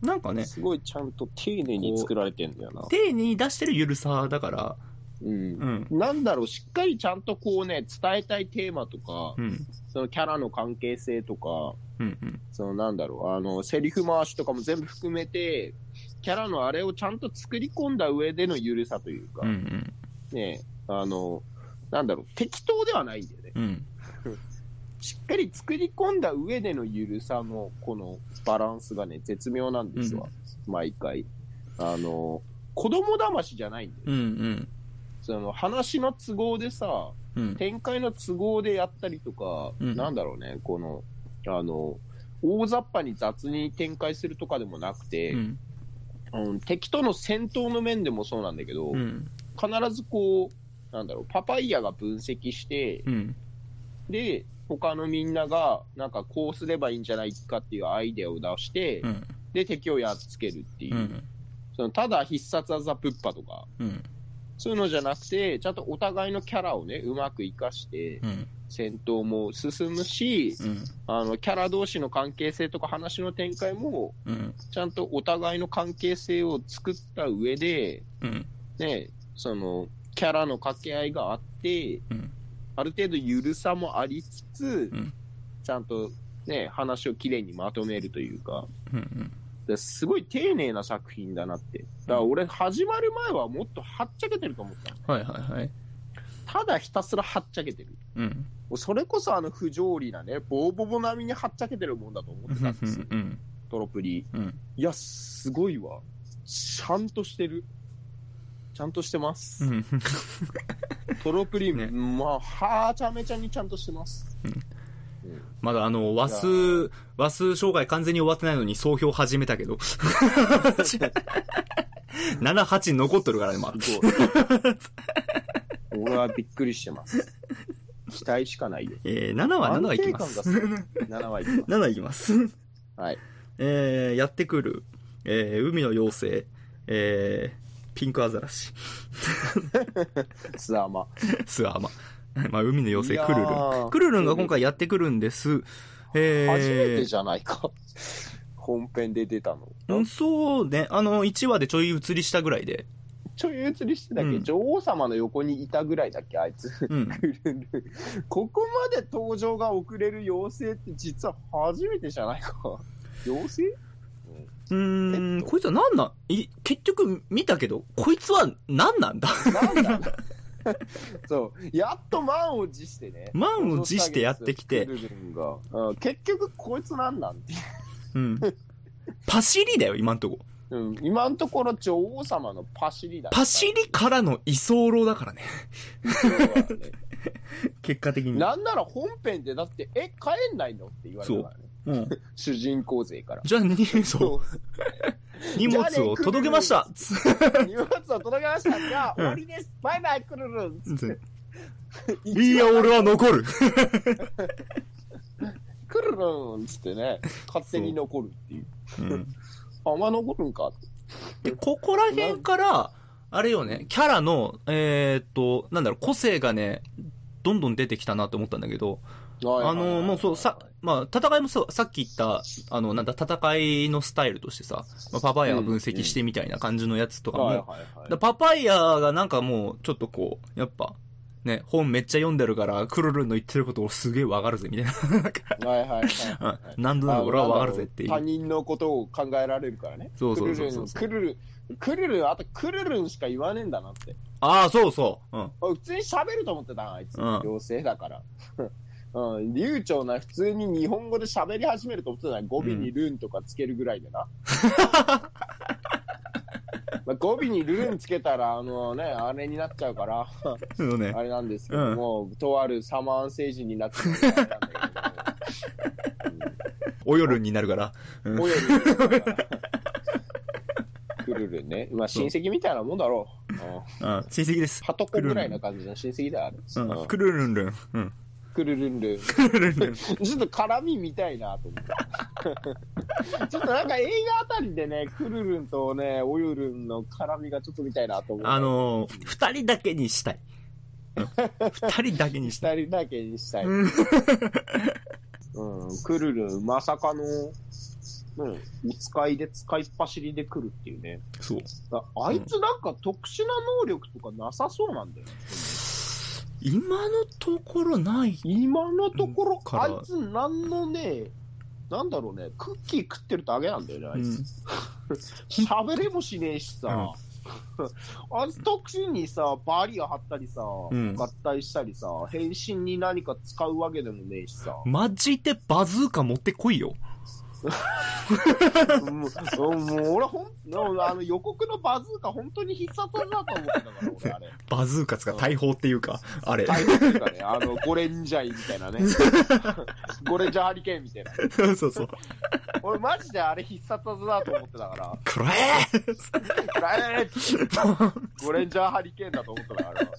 C: なんかね、
B: すごいちゃんと丁寧に作られてんだよな。
C: 丁寧に出してるゆるさだから、
B: うん
C: うん。
B: なんだろう、しっかりちゃんとこうね、伝えたいテーマとか、
C: うん。
B: そのキャラの関係性とか、
C: うん。うん。
B: そのなんだろう、あの、セリフ回しとかも全部含めて、キャラのあれをちゃんと作り込んだ上でのゆるさというか、
C: うん。うん。
B: ね、あの、なんだろう、適当ではないんだよね。
C: うん。
B: しっかり作り込んだ上でのゆるさの、このバランスがね、絶妙なんですわ、毎回。あの、子供騙しじゃないんだよ。
C: うん。うん。
B: その、話の都合でさ、
C: うん。
B: 展開の都合でやったりとか、
C: うん
B: なんだろうね、この、あの、大雑把に雑に展開するとかでもなくて、
C: うん。
B: うん敵との戦闘の面でもそうなんだけど、
C: うん。
B: 必ずこう、なんだろう、パパイヤが分析して、
C: うん。
B: で、他のみんなが、なんかこうすればいいんじゃないかっていうアイデアを出して、
C: うん。
B: で、敵をやっつけるっていう、
C: うん。
B: そのただ必殺技ぶっぱとか、
C: うん。
B: そういうのじゃなくて、ちゃんとお互いのキャラをね、うまく活かして、
C: うん。
B: 戦闘も進むし、
C: うん。
B: あの、キャラ同士の関係性とか話の展開も、
C: うん。
B: ちゃんとお互いの関係性を作った上で、
C: うん。
B: ね、その、キャラの掛け合いがあって、
C: うん
B: ある程度ゆるさもありつつ、
C: うん
B: ちゃんとね、話をきれいにまとめるというか、
C: うん。
B: ですごい丁寧な作品だなって。だから俺、始まる前はもっとはっちゃけてると思ったの。
C: はいはいはい。
B: ただひたすらはっちゃけてる。
C: うん。
B: それこそあの不条理なね、ボーボボ並みにはっちゃけてるもんだと思ってたんですよ。
C: うん。
B: トロプリ。
C: うん。
B: いや、すごいわ。ちゃんとしてる。ちゃんとしてます。
C: うん。
B: トロプリン、
C: ね
B: まあ、はちゃめちゃにちゃんとしてます。
C: まだあの、和数、和数障害完全に終わってないのに総評始めたけど。7、8残っとるからね、まだ。
B: すごい。俺はびっくりしてます。期待しかないよ。
C: えー、7は7はいきます
B: 安。定感がすごい。7はいきま
C: 7いきます。
B: す。はい。
C: えー、やってくる。えー、海の妖精。えー、ピンクアザラシ。
B: スアマ。
C: スアマ。まあ、海の妖精、クルル
B: いや
C: ン。
B: ー
C: クルルンが今回やってくるんです。えー、
B: 初めてじゃないか。本編で出たの。
C: うん、そうね。あの、1話でちょい移りしたぐらい で。
B: ちょい移りしてたっけ、
C: うん
B: 女王様の横にいたぐらいだっけあいつ。
C: うん。
B: ここまで登場が遅れる妖精って実は初めてじゃないか。妖精
C: うーん、こいつはなんなんい、結局見たけど、こいつはなんなんだ
B: なんだそう。やっと満を持して ね。
C: 満を持してやってきて
B: ク、ルルンがうん結局こいつなんなんてい
C: う
B: う。
C: ん。パシリだよ、今んとこ。
B: うん、今のところ女王様のパシリだ、
C: パシリからの居候だからね。
B: そうだね
C: 結果的に。
B: なんなら本編でだって、え、帰んないのって言われたからね。
C: うん。
B: 主人公勢から。。
C: じゃあ、に、そうう、荷物
B: じゃあね
C: を届けました。つ
B: 荷物を届けました。じゃあ、終わりです。バイバイ、クルルン。
C: つ いや、俺は残る。
B: クルルンっつってね、勝手に残るっていう。
C: うん
B: あ、お前残るんかっ て。
C: で、ここら辺から、あれよね、キャラの、えーっと、なんだろう、個性がね、どんどん出てきたなと思ったんだけど、あの、もうそう、さ、まあ、戦いもそう、さっき言った、あの、なんだ、戦いのスタイルとしてさ、まあ、パパイヤが分析してみたいな感じのやつとかも、
B: はいはいはい
C: だパパイヤがなんかもう、ちょっとこう、やっぱ、ね、本めっちゃ読んでるから、クルルンの言ってることをすげえわかるぜ、みたいな。なんか
B: はいはいはいは
C: うん
B: い。
C: 何度で
B: あ
C: も俺はわかる
B: なんだろ
C: ぜ
B: う
C: ってい
B: 他
C: う。
B: 人のことを考えられるからね。
C: そうそうそうそう
B: クルルン、クルルン、クルルン、あとクルルンしか言わねえんだなって。
C: ああ、そうそう。うん。
B: あ普通に喋ると思ってたな、あいつ。
C: うん
B: 妖精だから。 うん、流暢な、普通に日本語で喋り始めると思ってたな。語尾にルーンとかつけるぐらいでな。 まあ、語尾にルーンつけたら、あのね、あれになっちゃうから。
C: そうね。
B: あれなんですけども、とあるサマーン星人になってるみたいなんだけども
C: お夜になるから。
B: うんおよりですからくるる ね。まあ親戚みたいなもんだろう。うん
C: うん。親戚です。
B: ハトコぐらいな感じの親戚だよあれ
C: うん。
B: う
C: クルルンルン。うん。
B: ん。くるるんるん。ち
C: クルルンルン。
B: ょっと絡みみたいなと思って。 ちょっとなんか映画あたりでね、くるるんとね、およるんの絡みがちょっと見たいなと思う。
C: あ、のー、二人だけにしたい。うん二人だけにしたい。
B: 二人だけにしたい。
C: うん
B: うん、くるるん、まさかの、うん、見つかいで使いっ走りで来るっていうね。
C: そう。
B: だあいつなんか特殊な能力とかなさそうなんだよね。
C: 今のところない。
B: 今のところ、
C: から
B: あいつなんのね、なんだろうね、クッキー食ってるだけなんだよね、あ
C: う
B: いつ。
C: ん。
B: 喋、れもしねえしさ。あいつ特殊にさ、バリア張ったりさ、
C: ん
B: 合体したりさ、変身に何か使うわけでもねえし さ。
C: マジでバズーカ持ってこいよ。
B: うんもうもう俺ほん、あの予告のバズーカ本当に必殺技だと思ってたから、俺あれ。
C: バズーカつか大砲っていうか、あれ。
B: 大砲っていうかね、あの、ゴレンジャイみたいな ね。ゴレンジャーハリケーンみたいな。
C: そうそう。
B: 俺マジであれ必殺技だと思ってたか
C: くらえ
B: ら、えーってゴレンジャーハリケーンだと思ってたから。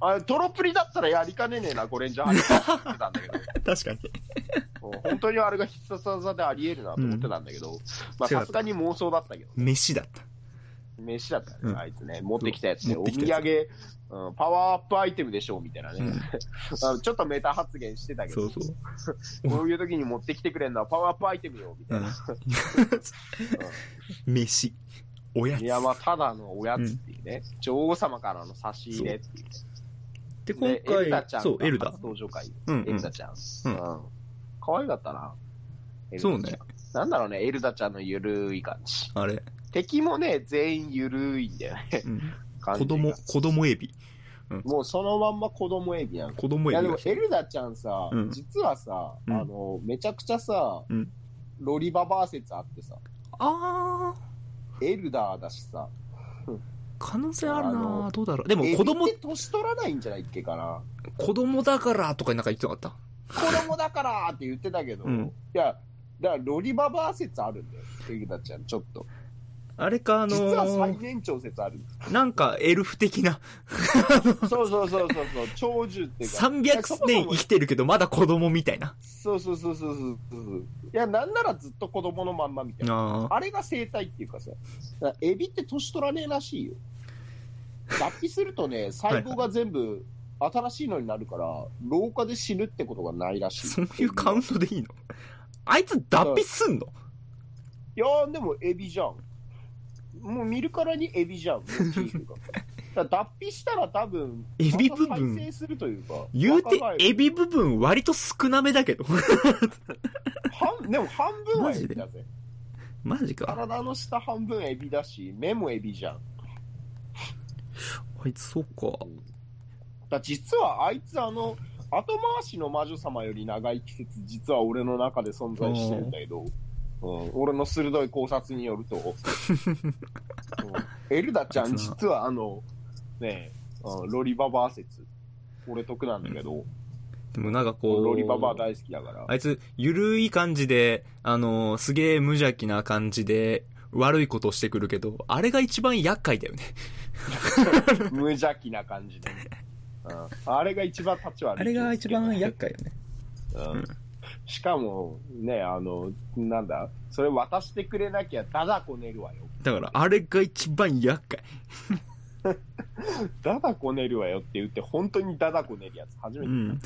B: あれトロプリだったらやりかねねえな、ゴレンジャーハリケーンって思ってたんだけ ど。
C: 確かに。
B: 本当にあれが必殺技であり得るなと思ってたんだけど、まあ
C: 違う
B: さすがに妄想だったけど、
C: 飯だった。
B: 飯だったね、
C: うん
B: あいつね、持ってきたやつね、
C: 持
B: お
C: って
B: 土
C: きたやつ
B: 産、うん、パワーアップアイテムでしょうみたいなね、
C: うん
B: あのちょっとメタ発言してたけ
C: そ
B: ど、
C: うそう。
B: こういう時に持ってきてくれるのはパワーアップアイテムよみたいな、
C: うん。飯。おやつ。
B: いや、まあ、ただのおやつっていうね、女王様からの差し入れっていうね、
C: で、今
B: でエルダちゃ
C: 回、
B: ん
C: そう、エル
B: が
C: ダ
B: 初。登場会、
C: うん
B: エ
C: う
B: ル
C: ん。
B: ダちゃん、
C: う
B: うんん、可愛かったな、エルダちゃん
C: そうね。
B: なんだろうね、エルダちゃんのゆるい感じ。
C: あれ。
B: 敵もね、全員ゆるいんだよ ね。
C: うん
B: 感
C: 子
B: じが
C: 供、子供エビ。
B: もうそのまんま子供エビなの。
C: 子供
B: い
C: エ
B: や
C: ビ
B: で
C: が
B: も、エルダちゃんさ、
C: うん
B: 実はさ、
C: うん
B: あの、めちゃくちゃさ、
C: うん
B: ロリババー説あってさ、
C: あ
B: エルダーだしさ、
C: ー、可能性ある
B: あ
C: な
B: の
C: どうだろう。でも
B: エ
C: 子供
B: ビっ、て年取らないんじゃないっけかな。
C: 子供だからとかなんか言ってなかった
B: 子供だからって言ってたけど、
C: うん
B: いや、だからロリババー説あるんだよ、エルダちゃん、ちょっと。
C: あれか、あの
B: 実は最
C: ー、
B: 年長説ある。
C: なんかエルフ的な、
B: そうそうそうそうそう、長寿っていうか。
C: 300年生きてるけどまだ子供みたいな。
B: そうそうそうそうそうそう。いや、なんならずっと子供のまんまみたいな。
C: あ
B: あれが生態っていうかさ、だからエビって年取らねえらしいよ。脱皮するとね、細胞が全部新しいのになるから、老化で死ぬってことがないらしい。
C: そういうカウントでいいの あいつ脱皮すんの
B: いやー、でもエビじゃん。もう見るからにエビじゃん、 モチーフがだから脱皮したら多分、
C: エビ部分
B: また再生するというか、
C: 言うて
B: 若返、る
C: エビ部分割と少なめだけど。
B: 半でも半分
C: マ
B: はエ
C: ジ
B: ビ
C: で
B: だぜ。
C: マジか。
B: 体の下半分エビだし、目もエビじゃん。
C: あいつ、そうか。
B: だ実はあいつあの後回しの魔女様より長い季節実は俺の中で存在してるんだけど、うん、俺の鋭い考察によると、うんエルダちゃ
C: あい
B: ん
C: つな
B: 実はあのねえ、うんロリババー説俺得なんだけど、
C: でもなんかこう、
B: ロリババ大好きだから
C: あいつ、ゆるい感じで、あのーすげえ無邪気な感じで、悪いことをしてくるけど、あれが一番厄介だよね。
B: 無邪気な感じで、うん、あれが一番立ち悪い
C: 介よね。
B: うんしかもねあのなんだそれ渡してくれなきゃダダこねるわよ
C: だから、あれが一番厄介。
B: ダダこねるわよって言って、本当にダダこねるやつ初め
C: う
B: て、
C: ん。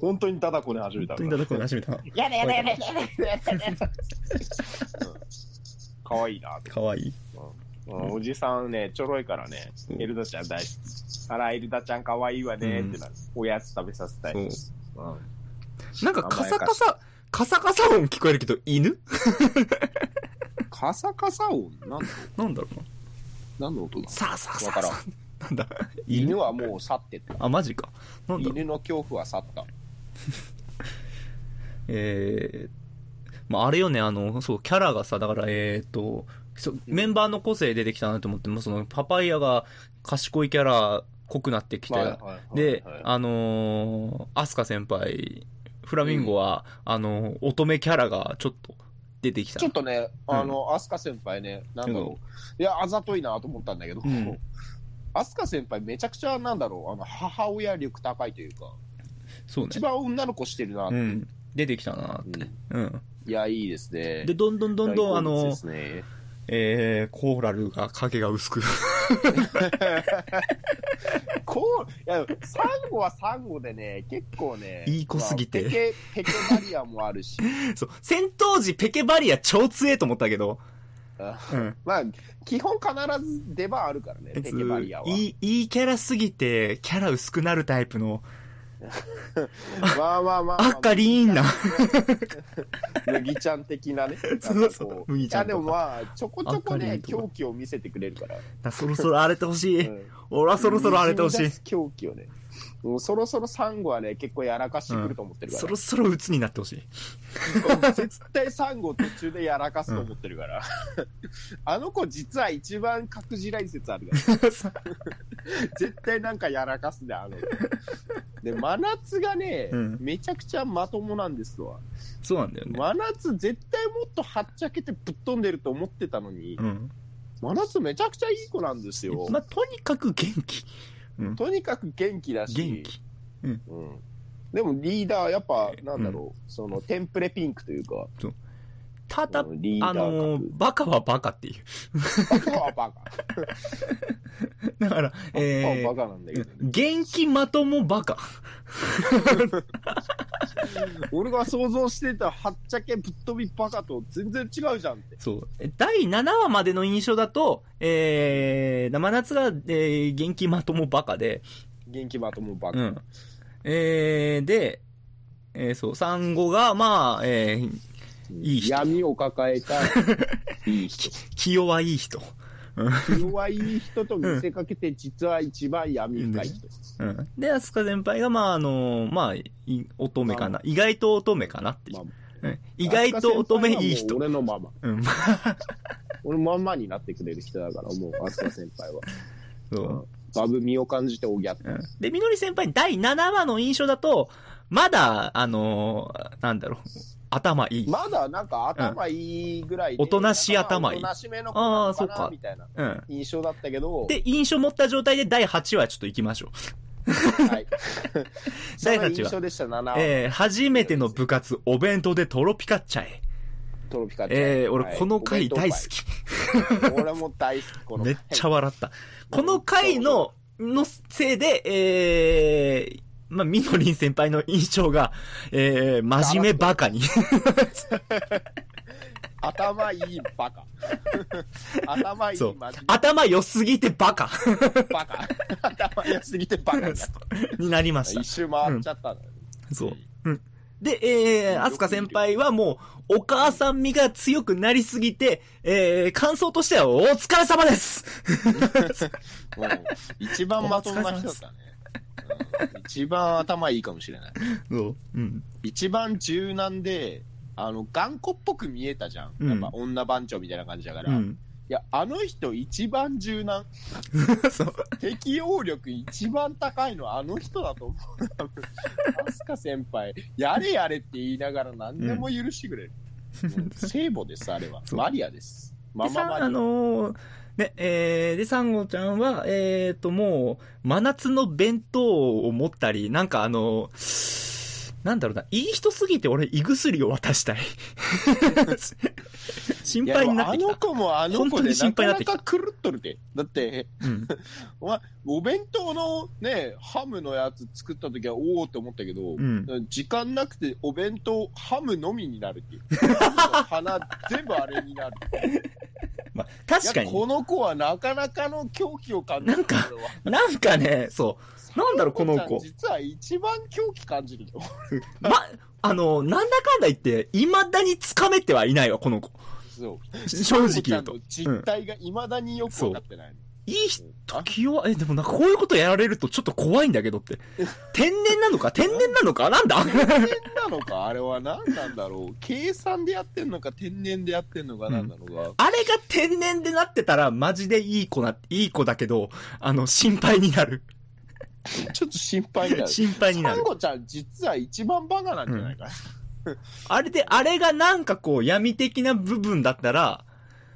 B: 本当にダダこね始めたから。
C: だこ始めた。
B: やだやだやだやだ やだやだやだ。かわいいなって、
C: かわいい。
B: うんおじさんね、ちょろいからね、
C: うん
B: エルダちゃん大好き。あら、エルダちゃんかわいいわねってなる。おやつ食べさせたい。
C: そう
B: うん
C: なんか、カサカ。サ、カサカサ音聞こえるけど、犬
B: カサカサ音なんの
C: なんだろうな。
B: 何の音だ
C: さあさあ
B: わ
C: さ
B: か
C: あ
B: らん
C: さ。あ。なんだ。
B: 犬はもう去ってた。
C: あ、マジか。なんだろう
B: 犬の恐怖は去った。
C: えー、まあ、あれよね、あの、そう、キャラがさ、だから、えーっと、そうメンバーの個性出てきたなと思って、もうその、パパイヤが賢いキャラ、濃くなってきて、
B: はいはいはい
C: で
B: はい、
C: あのー、アスカ先輩、フラミンゴは、あの、乙女キャラがちょっと出てきた。
B: ちょっとね、
C: うん
B: あの、アスカ先輩ね、なんだ
C: う
B: ろう。いや、あざといなと思ったんだけど、
C: うん
B: アスカ先輩めちゃくちゃ、なんだろう、あの、母親力高いというか、
C: そうね
B: 一。番女の子してるな、
C: う
B: うん
C: ん。出てきたなって。うん。
B: いや、いいですね
C: で、。どんどんどんどん、あ
B: 大好物
C: の
B: で、すね
C: えー、コーラルが影が薄く
B: こう、いや、サンゴはサンゴでね、結構ね、
C: いい子すぎて
B: まあペケ、ペケバリアもあ るし、
C: そう、戦闘時ペケバリア超強えと思ったけど、
B: あ
C: うん。
B: まあ、基本必ず出番あるからね、ペケバリアは。
C: いい、いいキャラすぎて、キャラ薄くなるタイプの、
B: まあまあまあ、まあ。
C: あかりー んな。
B: 麦ちゃん的なね。
C: そう
B: なんか
C: そう
B: こ
C: 麦ちゃんと
B: いやで
C: か
B: もまあ、ちょこちょこ
C: あかり
B: ね、
C: んとか
B: 狂気を見せてくれるから。
C: なそろそろ荒れてほしい。
B: うん
C: 俺はそろそろ荒れてほし
B: 滲み
C: い
B: 出。す狂気をね。もうそろそろサンゴはね、結構やらかしてくると思ってるから
C: そ。ろそろ鬱になってほし い。
B: 絶対サンゴ途中でやらかすと思ってるから。 あの子実は一番隠し来説あるから。絶対なんかやらかすで、あの子。で、真夏がね、
C: うん
B: めちゃくちゃまともなんですわ。
C: そうなんだよね。
B: 真夏絶対もっとはっちゃけてぶっ飛んでると思ってたのに、
C: うん。
B: 真夏めちゃくちゃいい子なんですよ。
C: まあ、とにかく元気。うん。
B: とにかく元気だし、
C: 元気。
B: うん、でもリーダー、やっぱ、なんだろう、そのテンプレピンクというか、
C: ただ、
B: うんリーダー
C: あのー
B: 格、
C: バカはバカっていう。
B: バカはバカ。
C: だから、え
B: バカは
C: ー、
B: バカなんだけど、ね
C: 元気まともバカ。
B: 俺が想像してたはっちゃけぶっ飛びバカと全然違うじゃんって。
C: そう。第7話までの印象だと、えー、生夏が、えー、元気まともバカで、
B: 元気まともバカ。
C: うん。えー、で、えー、そう、産後が、まあ、えー、いい人
B: 闇を抱えた、 いい人。
C: 気弱い人。
B: 弱い人と見せかけて、実は一番闇深い人。
C: うん。で、アスカ先輩が、まあ、あのーまあ、い乙女かな。意外と乙女かなっていう。
B: まあ
C: うん意外と乙女いい
B: 飛
C: 人。
B: 鳥先輩はもう俺のまま。
C: うん。
B: 俺まんまになってくれる人だから、もう、飛鳥先輩は。
C: そう。
B: バブ身を感じておぎゃって。
C: うんで、みのり先輩、第7話の印象だと、まだ、あのーなんだろう、頭いい。
B: まだなんか頭いいぐらいで、
C: うんおとなしい頭いい
B: おとなしめの
C: あ
B: 子
C: ーそ
B: か
C: うか
B: なみたいな
C: うん。
B: 印象だったけど、
C: で、印象持った状態で第8話ちょっと行きましょう。
B: はい。そ
C: 第
B: んな
C: 8
B: 印象
C: 話。
B: でした、7話。
C: えー、初めての部活、お弁当でトロピカッチャへ。
B: トロピカちゃん
C: えー、俺この回大好。
B: はい
C: き。
B: お弁当会俺も大好き、この
C: め
B: 回
C: っちゃ笑った。この回の、のせいで、えー、まあ、みのりん先輩の印象が、えー、真面目バカに。
B: 頭いいバ カ。頭いい、
C: そう
B: マジ。で
C: 頭良すぎてバカ
B: バカ。頭良すぎてバカだ。
C: になりまし
B: 一周回っちゃったのよね
C: た。そう。うん。で、えー、アスカ先輩はもう、お母さん身が強くなりすぎて、えー、感想としては、お疲れ様です
B: うん一番まともな人だったね。うん一番頭いいかもしれない。
C: そう。うん。
B: 一番柔軟で、あの、頑固っぽく見えたじゃん。
C: うん
B: やっぱ女番長みたいな感じだから。
C: う
B: い
C: ん。
B: や、あの人一番柔軟。
C: そう。
B: 適応力一番高いのはあの人だと思う。多分アスカ先輩、やれやれって言いながら何でも許してくれる。もう聖母です、あれは。
C: そう
B: マリアです。マ
C: で、
B: マ
C: さ
B: マ
C: ん、あ
B: リア。
C: のーね、えー、で、サンゴちゃんは、えーと、もう、真夏の弁当を持ったり、なんかあのーなんだろうな、いい人すぎて俺、胃薬を渡したい。 心
B: いや
C: 配
B: で
C: に
B: も
C: なっ
B: あ
C: てき
B: の
C: た。
B: 子もあの子
C: 本当に
B: でな
C: 心配
B: か
C: になっ
B: な
C: てきた
B: か狂っとるで。だって、
C: うん。
B: お前、お弁当のね、ハムのやつ作った時は、おおって思ったけど、
C: うん。
B: 時間なくてお弁当ハムのみになるって いう。鼻全部あれになる。
C: まあ、
B: い
C: 確か
B: や、
C: に、
B: この子はなかなかの狂気を感じる。
C: なんかなんかね、そ
B: 俺は、
C: なんだろうこの子
B: サンゴちゃん実は一番狂気感じるよ。
C: う、ま、あのーなんだかんだ言って、未だにつかめてはいないわ、この子。
B: そう。
C: 正直言うと。
B: サ
C: い
B: ンゴちゃんの実態が未だによくわかってないの。
C: い人
B: あ
C: 気弱い、え、でもなんかこういうことやられるとちょっと怖いんだけどって。天然なのか天然なのかなんだ
B: 天然なのかあれは何なんだろう計算でやってんのか天然でやってんのか何なのか、
C: あれが天然でなってたら、マジでいい子な、いい子だけど、あの、心配になる。
B: ちょっと心配になる。
C: 心配にな
B: サン
C: る。
B: ゴちゃん、実は一番バカなんじゃないか
C: あれで、あれがなんかこう、闇的な部分だったら、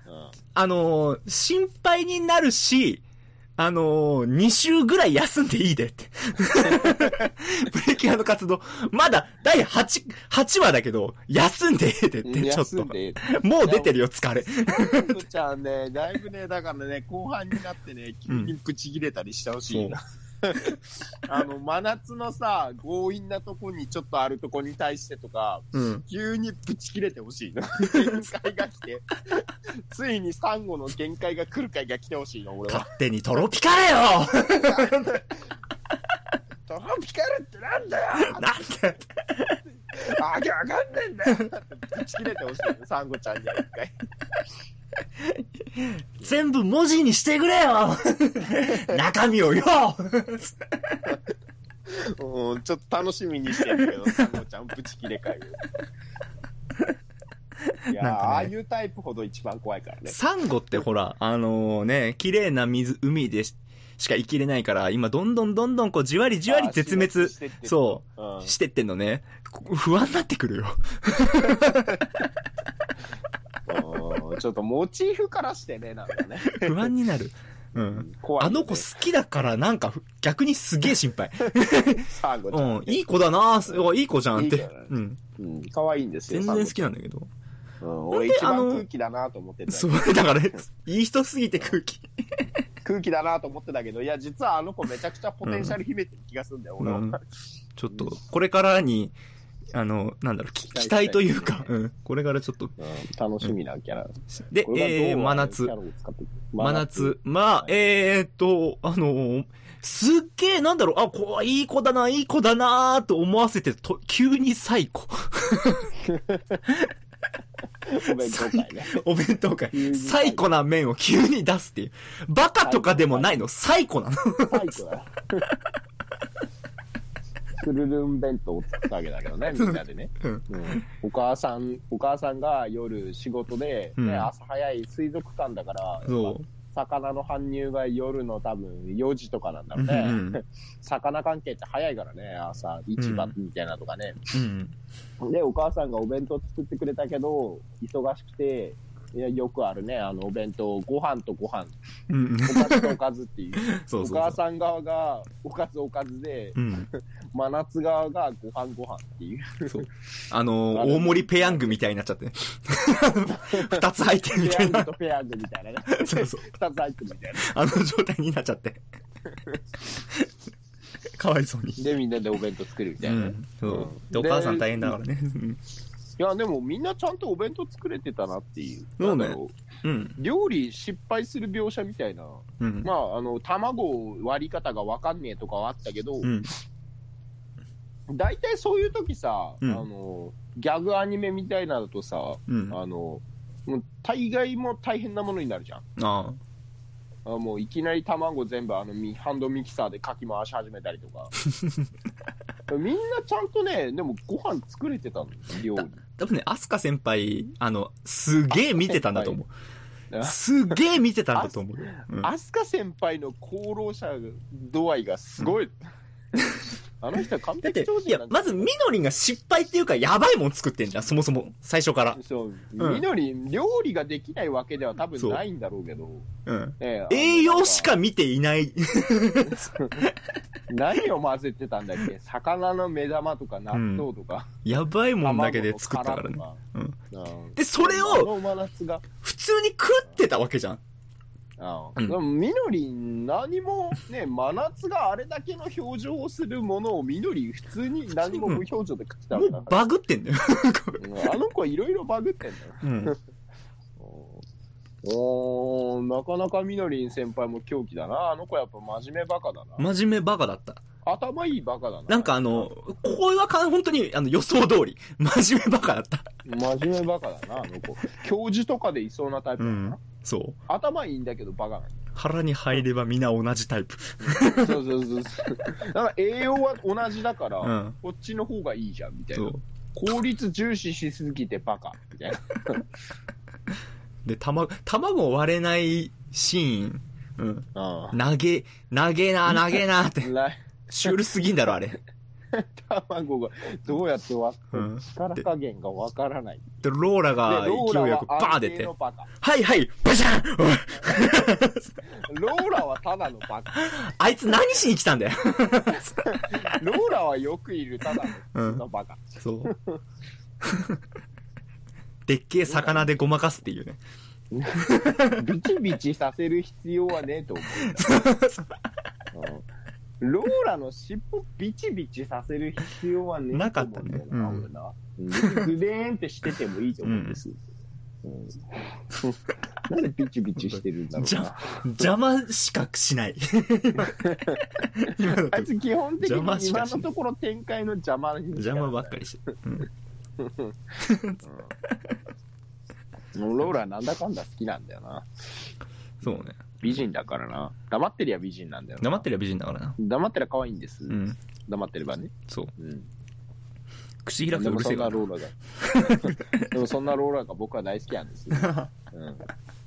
B: な。
C: あのー心配になるし、あのー、2週ぐらい休んでいいでって。ブレイキンの活動、まだ第8、8話だけど、休んでええでって、ちょっ
B: 休ん
C: と。
B: で。
C: もう出てるよ、疲れ。
B: ほんとちゃんね、だいぶね、だからね、後半になってね、急にブチ切れたりしてほしいな。あの、真夏のさ、強引なとこにちょっとあるとこに対してとか、
C: うん。
B: 急にブチ切れてほしいな。限界が来て、ついにサンゴの限界が来る回が来てほしいな、俺は。
C: 勝手にトロピカレよ
B: トロピカルってなんだよ
C: なんで
B: わけわかんねえんだよぶち切れてほしいよ、サンゴちゃんには一回。
C: 全部文字にしてくれよ 中身をよ
B: うん、ちょっと楽しみにし てるけど、サンゴちゃん、ぶち切れかよ。いやー、
C: なんかね
B: ああいうタイプほど一番怖いから ね。。
C: サンゴってほら、あのね、綺麗な水、海でししか生きれないから、今どんどんどんどんこう、じわりじわり絶滅そう
B: うん
C: してってんのね。こ不安になって くるよ。
B: うんちょっとモチーフからしてね、なんかね。
C: 不安になる。うん。
B: 怖い
C: あ
B: よね、
C: の子好きだからなんかふ逆にすげえ心 配。
B: サンゴちゃ
C: うんん。
B: ね、
C: いい子だなすおいい子じゃんっ
B: いい
C: て
B: 子だね。
C: うん。
B: うん、可愛いんですよ。
C: 全然好きなんだけど。
B: サンゴちゃん。うん、俺
C: なん
B: 一
C: であの
B: 番空気だなと思ってたけど。
C: そう、だから、いい人すぎて空気。
B: 空気だなと思ってたけど、いや、実はあの子めちゃくちゃポテンシャル秘めてる気がするんだよ、俺は。
C: うんちょっと、これからに、あの、なんだろう、き期
B: 期
C: 待
B: 待
C: というか、
B: 期待
C: うん。これからちょっと。
B: うん楽しみなキャラ。
C: で、
B: これがどう
C: えー、真
B: キ
C: 夏
B: ャ。ラを使っていく。
C: 真夏。まあ、えーっと、あのーすっげえ、なんだろう、あ、こう、いい子だな、いい子だなーと思わせて、と、急に最高。
B: 夏。お弁当会ね。
C: お弁当会
B: 急に。
C: 最古な面を急に出すっていう。バカとかでもないの、最古なの。
B: 最高だ。くるるん弁当を作ったわけだ けどね、みんなでね。
C: うん
B: うんお母さん、お母さんが夜仕事で、ね
C: うん
B: 朝早い水族館だから、
C: そう。
B: 魚の搬入が夜の多分4時とかなんだろ
C: う
B: うん
C: う
B: ね。
C: ん。
B: 魚関係って早いからね、朝、市場みたいなとかね。
C: うん。
B: で、お母さんがお弁当作ってくれたけど、忙しくて、いやよくあるね、あのお弁当、ご飯とご飯、
C: うん。
B: おかずとおかずっていう。
C: そうそう
B: お
C: そう
B: 母。さん側がおかずおかずで、
C: うん。
B: 真夏側がご飯ご飯っ ていう。
C: あのー
B: あれ
C: 大盛りペヤングみたいになっちゃ って。二つ入ってるみ
B: ペ
C: たい
B: ヤング
C: な。
B: とペヤングみたいなね。
C: そうそう。
B: 二つ入ってるみたいな。
C: あの状態になっちゃって。かわいそうに。
B: で、みんなでお弁当作るみた
C: う
B: いなね。
C: ん。そう。で、
B: で
C: お母さん大変だからね。うん
B: いや、でもみんなちゃんとお弁当作れてたなっていう。
C: そうね
B: なんだろ
C: うん。
B: う料理失敗する描写みたいな。
C: うん。
B: まあ、あの、卵割り方がわかんねえとかはあったけど、
C: うん。
B: 大体そういう時さ、
C: うん
B: あのギャグアニメみたいなのとさ、
C: うん。あ
B: あのもう大概も大変なものになるじゃん。
C: あ。
B: あもういきなり卵全部あのミハンドミキサーでかき回し始めたりと か。みんなちゃんとね、でもご飯作れてたの、料理。
C: 多分ね、アスカ先輩、あの、すげえ見てたんだと思う。
B: あ
C: すげえ見てたんだと思う。うん
B: アスカ先輩の功労者度合いが すごい。あの人は完
C: だっ
B: 璧
C: て
B: 超、
C: い
B: 人
C: や
B: なん、だ
C: まず、みのりんが失敗っていうか、やばいもん作ってんじゃん、そもそも。最初から。
B: そう、
C: うん
B: みのり、料理ができないわけでは多分ないんだろうけど、
C: うん。
B: ね
C: 栄養し
B: あ
C: か見ていない。
B: のなんか何を混ぜてたんだっけ魚の目玉とか納豆とか、
C: やばいもんだ
B: 卵の殻
C: けで作ったからね
B: と。か
C: うん
B: うん
C: で、それ
B: あ
C: を
B: の真夏が
C: 普通に食ってたわけじゃん。
B: あ
C: うん
B: でもみのり何もね真夏があれだけの表情をするものをみのり普通に何も無表情で食ってた
C: も
B: んだ
C: う
B: か
C: バグってんだよ。
B: ら、うんあの子いろいろバグってんだよ
C: うん。
B: おーなかなかみのりん先輩も狂気だなあの子やっぱ真面目バカだな、
C: 真面目バカだった。
B: 頭いいバカだな
C: なんかあの、これはかん本当にあの予想通り。真面目バカだった。
B: 真面目バカだなあの子教授とかでいそうなタイプだな、
C: うんそう。
B: 頭いいんだけどバカなんだ
C: 腹に入れば皆同じタイプ。
B: そうそうそ うそうだから栄養は同じだから、
C: うん。
B: こっちの方がいいじゃんみたい
C: そ
B: な
C: う。
B: 効率重視しすぎてバカ みたいな。
C: で、卵、卵割れないシーン。うん。
B: あ
C: 投げ、投げな、投げなって。
B: あ。
C: シュールすぎんだろ、あれ。
B: 卵がどうやってわ、
C: うん
B: 力加減がわからない。
C: で、ローラ
B: で、
C: が
B: ローラ
C: 勢いよくバ
B: は
C: ーン
B: 安
C: 出
B: 定
C: て
B: の、バカ。
C: はいはい、バシャンおい
B: ローラはただのバカ。
C: あいつ何しに来たんだよ。
B: ローラはよくいるただの普通のバカ。
C: そう。でっけえ魚でごまかすっていうね。
B: ビチビチさせる必要はねえと思 うな。うんローラの尻尾ビチビチさせる必要はねえ
C: な
B: と
C: かっ
B: 思
C: た
B: うん
C: ね
B: だよな、
C: うん
B: 俺な。うんグデーンってしててもいいと思うんです。うんなんでビチビチしてるんだろう
C: じ
B: な
C: ゃ。邪魔しかし ない。今の
B: あ
C: と
B: いつ基本的に
C: 邪魔し
B: 今
C: かし
B: のところ展開の邪魔にしか
C: 邪魔ばっかりして。うん
B: もうローラなんだかんだ好きなんだよな。
C: そうね。
B: 美人だからな。黙ってりゃ美人なんだよな。
C: 黙ってりゃ美人だからな。
B: 黙ってりゃ可愛いんです。
C: うん。
B: 黙ってればね。
C: そう。
B: うん。
C: 口開くと
B: で
C: う
B: も
C: る
B: そ
C: せえ
B: ん
C: か
B: な
C: らな。
B: ロ ーラが。でもそんなローラが僕は大好きなんですよ。うん。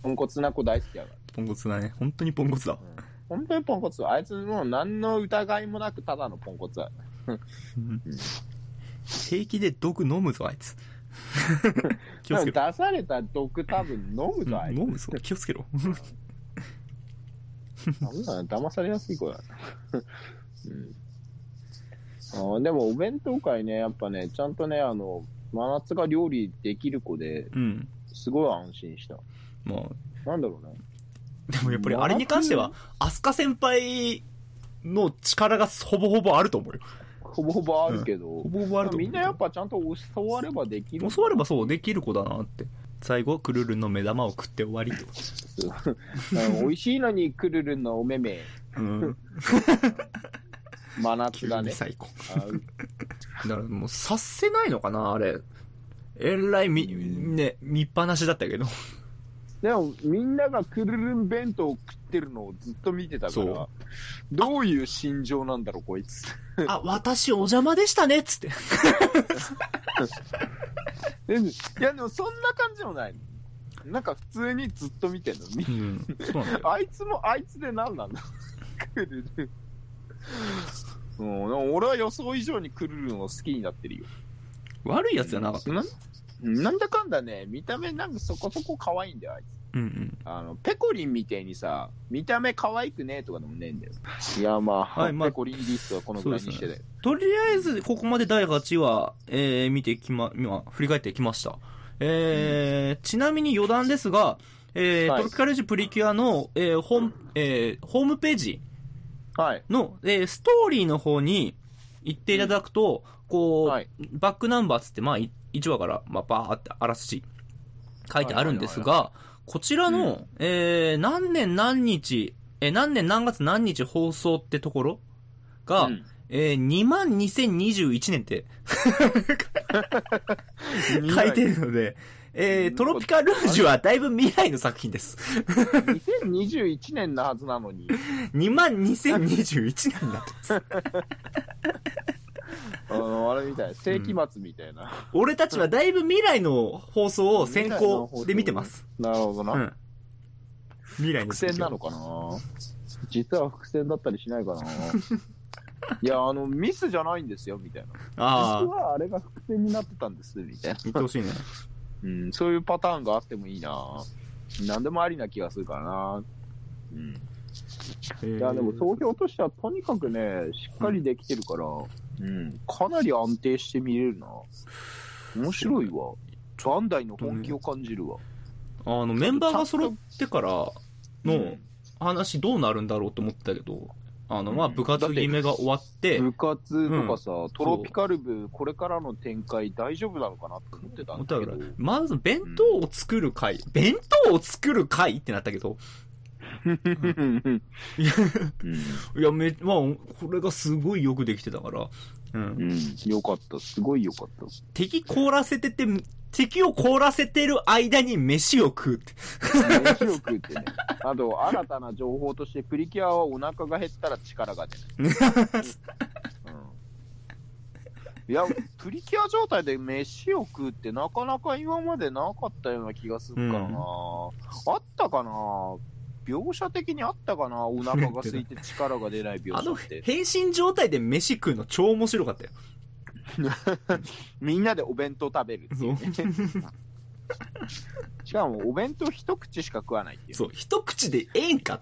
B: ポンコツな子大好きだから。
C: ポンコツだね。本当にポンコツだわ。
B: 本当にポンコツ。あいつもう何の疑いもなくただのポンコツだ。
C: うん平気で毒飲むぞ、あい つ。気をつけろ。
B: 出された毒多分飲むぞ、あ
C: う
B: い
C: ん
B: つ。
C: 飲むぞ。気をつけ ろ。
B: ダメだな騙されやすい子だな。うん、あーでもお弁当会ね、やっぱね、ちゃんとね、あの、真夏が料理できる子で
C: うん。
B: すごい安心した。
C: まあ、
B: なんだろうね。
C: でもやっぱりあれに関しては、アスカ先輩の力がほぼほぼあると思うよ。
B: ほぼほぼあるけど、
C: ほぼほぼあると思う。
B: みんなやっぱちゃんと教わればできる。
C: 教わればそう、できる子だなって。最後、クルルンの目玉を食って終わりと。
B: うん美味しいのにくるるんのおめめ、
C: うん。
B: 真夏
C: 急
B: が
C: に
B: ね。
C: 最高。
B: あー
C: だからもう、察せないのかな、あれ。えらいみ、ね、見っぱなしだった けど。
B: でもみんながくるるん弁当を食ってるのをずっと見てたか
C: そ
B: ら
C: う、
B: どういう心情なんだろう、こいつ。
C: あ、私お邪魔でしたね、つって。
B: でいや、でもそんな感じもない。なんか普通にずっと見てんの。み
C: うん。そうなんだよ。
B: あいつもあいつで何なんだクルルン。うん、でも俺は予想以上にクルルンを好きになってるよ。
C: 悪いやつじゃなかった。
B: ななんだかんだね、見た目なんかそこそこ可愛いんだよ、あいつ。
C: うんうん。
B: あの、ペコリンみたいにさ、見た目可愛くねえとかでもねえんだよ。いや、まあ、
C: はいまあ
B: ペコリンリストはこのぐらいにしてたよ。
C: とりあえず、ここまで第8話、えー、見てきま、今、振り返ってきました。えー、ちなみに余談ですが、えー、
B: はい
C: トロピカルジュプリキュアの、えー、ホーム、えー、ホームページ
B: はい。
C: の、えー、ストーリーの方に行っていただくと、こう、
B: はい。
C: バックナンバーつって、まあ、1話から、まあ、バーってあらすじ書いてあるんですが、こちらの、えー、何年何日、えー、何年何月何日放送ってところが、
B: うん
C: えー、22,021年って書いてるので、えー、トロピカルージュはだいぶ未来の作品です。
B: 2021年のはずなのに。
C: 22,021年だと。
B: あの、あれみたい。世紀末みたいな。
C: 俺たちはだいぶ未来の放送を先行で見てます。
B: なるほどな。
C: うん。未来の
B: 伏
C: 作
B: 線
C: 品
B: なのかな実は伏線だったりしない かないや、あの、ミスじゃないんですよ、みたいな。
C: あ
B: 実
C: あ、
B: はあれが伏線になってたんです、みたいな。
C: 見てほしいね。
B: うん、そういうパターンがあってもいいな何でもありな気がするからなうん。
C: え
B: い
C: ー
B: や、でも投票としてはとにかくね、しっかりできてるから、うん、かなり安定して見れるな面白いわ。バンダイの本気を感じるわ。
C: あの、メンバーが揃ってからの話どうなるんだろうと思ってたけど、あの、まあ、
B: うん
C: 部活決めが終わって、
B: 部活とかさ、トロピカル部、これからの展開大丈夫なのかなって思ってた
C: 思
B: ん
C: った
B: だ
C: か
B: け
C: ら
B: ど、
C: まず弁当を作る会、弁当を作る会ってなったけど、
B: うん
C: いや、いやめ、まあ、これがすごいよくできてたから、うん。
B: うん、よかった、すごいよかった。
C: 敵凍らせてて、敵を凍らせてる間に飯を食うって。
B: 面白くってね。あと、新たな情報として、プリキュアはお腹が減ったら力が出 ない。うん、いや、プリキュア状態で飯を食うってなかなか今までなかったような気がするからな。あったかな描写的にあったかなお腹が空いて力が出ない描
C: あ
B: 写
C: の、
B: って。
C: 変身状態で飯食うの超面白かったよ。
B: みんなでお弁当食べるっていうね。 しかも、お弁当一口しか食わないっていう。
C: そう、一口でええん か。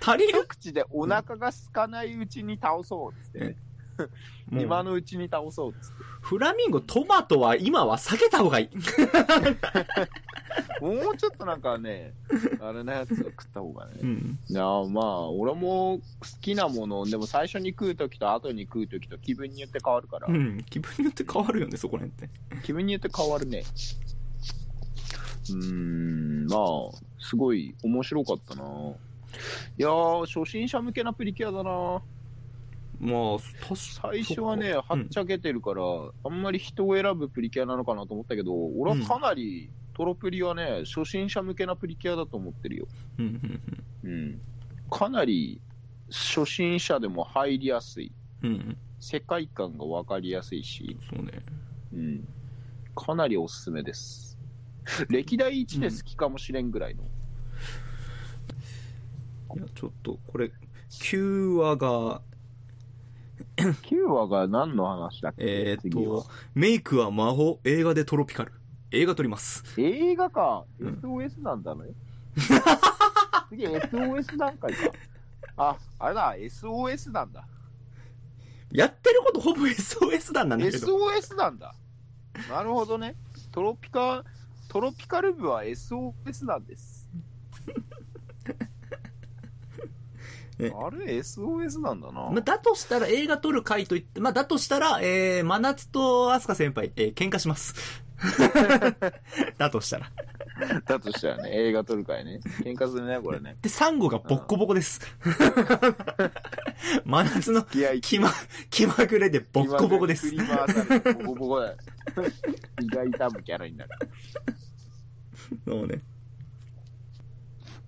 C: 足り
B: 一
C: る
B: 口でお腹が空かないうちに倒そうっつってね。
C: もう
B: 今のうちに倒そうっつっ
C: フラミンゴトマトは今は避けた方がいい。
B: て。もうちょっとなん かね、あれなやつを食った方がね。
C: うん。
B: いやーまあ、俺も好きなもの、でも最初に食うときと後に食うときと気分によって変わるから
C: う、ん。気分によって変わるよね、そこら辺って。
B: 気分によって変わるね。うーん、まあ、すごい面白かったな。いやー、初心者向けなプリキュアだな。
C: まあ、確か
B: 最初はね、はっちゃけてるから、あんまり人を選ぶプリキュアなのかなと思ったけど、俺はかなり、トロプリはね、初心者向けなプリキュアだと思ってるよ。
C: うんうん
B: うん。かなり、初心者でも入りやすい。
C: うん。うん。
B: 世界観が分かりやすいし、
C: そうね。
B: うん、かなりおすすめです。歴代一で好きかもしれんぐらいの。
C: いや、ちょっと、これ、9話が、
B: 9話が何の話だっけ
C: えーっ
B: 次は
C: と、メイクは魔法、映画でトロピカル。映画撮ります。
B: 映画か。
C: うん
B: SOS なんだね。次 SOS 段階か。あ、あれだ、SOS なんだ。
C: やってることほぼ SOS 団なんだけど。
B: SOS なんだ。なるほどね。トロピカ、トロピカル部は SOS なんです。あ
C: え
B: れ SOS なんだな。
C: まあ、だとしたら、映画撮る回といって、まあ、だとしたら、えー、真夏と飛鳥先輩、えー、喧嘩し ます。だとしたら。
B: だとしたらね、映画撮るからね。喧嘩するね、これね。
C: で、サンゴがボッコボコです。真夏の
B: 気合い
C: 気ま、気まぐれでボッコボコです
B: 振。り回されてボコボコだよ。意外多分キャラになる。
C: そうね。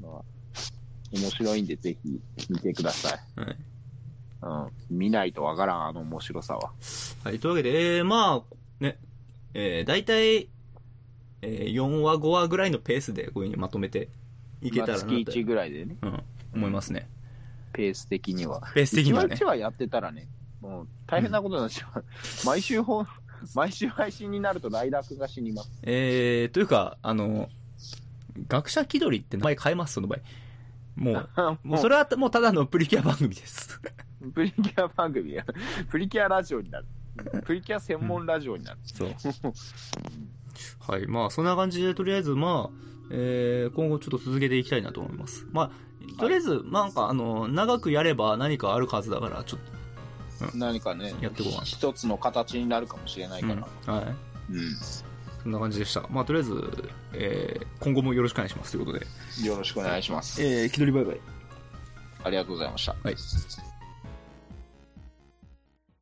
B: まあ面白いんで、ぜひ見てください。
C: はい。
B: うん。見ないとわからん、あの面白さは。
C: はい、というわけで、えー、まあ、ね、えー、大体、えー、4話、5話ぐらいのペースでこういうふうにまとめていけたらな
B: ま
C: と
B: あ、、月1ぐらいでね、
C: うん、思いますね。
B: ペース的には。
C: ペース的には
B: 1話
C: ね
B: 1。話やってたらね、もう大変なことになっちゃう。毎週ほん、毎週配信になるとライダー君が死にます。
C: えー、というか、あの、学者気取りって名前変えます、その場合。もう、もうそれはもうただのプリキュア番組 です。
B: プリキュア番組や。プリキュアラジオになる。プリキュア専門ラジオになる。
C: そう。はい、まあ、そんな感じで、とりあえず、まあ、えー、今後ちょっと続けていきたいなと思います。まあ、とりあえず、なんか、あの、長くやれば何かあるはずだから、ちょっと、
B: 何かね、
C: やってこうかな
B: 一つの形になるかもしれないから。
C: うん、はい。そんな感じでした。まあ、とりあえず、えー、今後もよろしくお願いしますということで。
B: うんよろしくお願いします。
C: えー、気取りバイバイ。
B: ありがとうございました。
C: はい。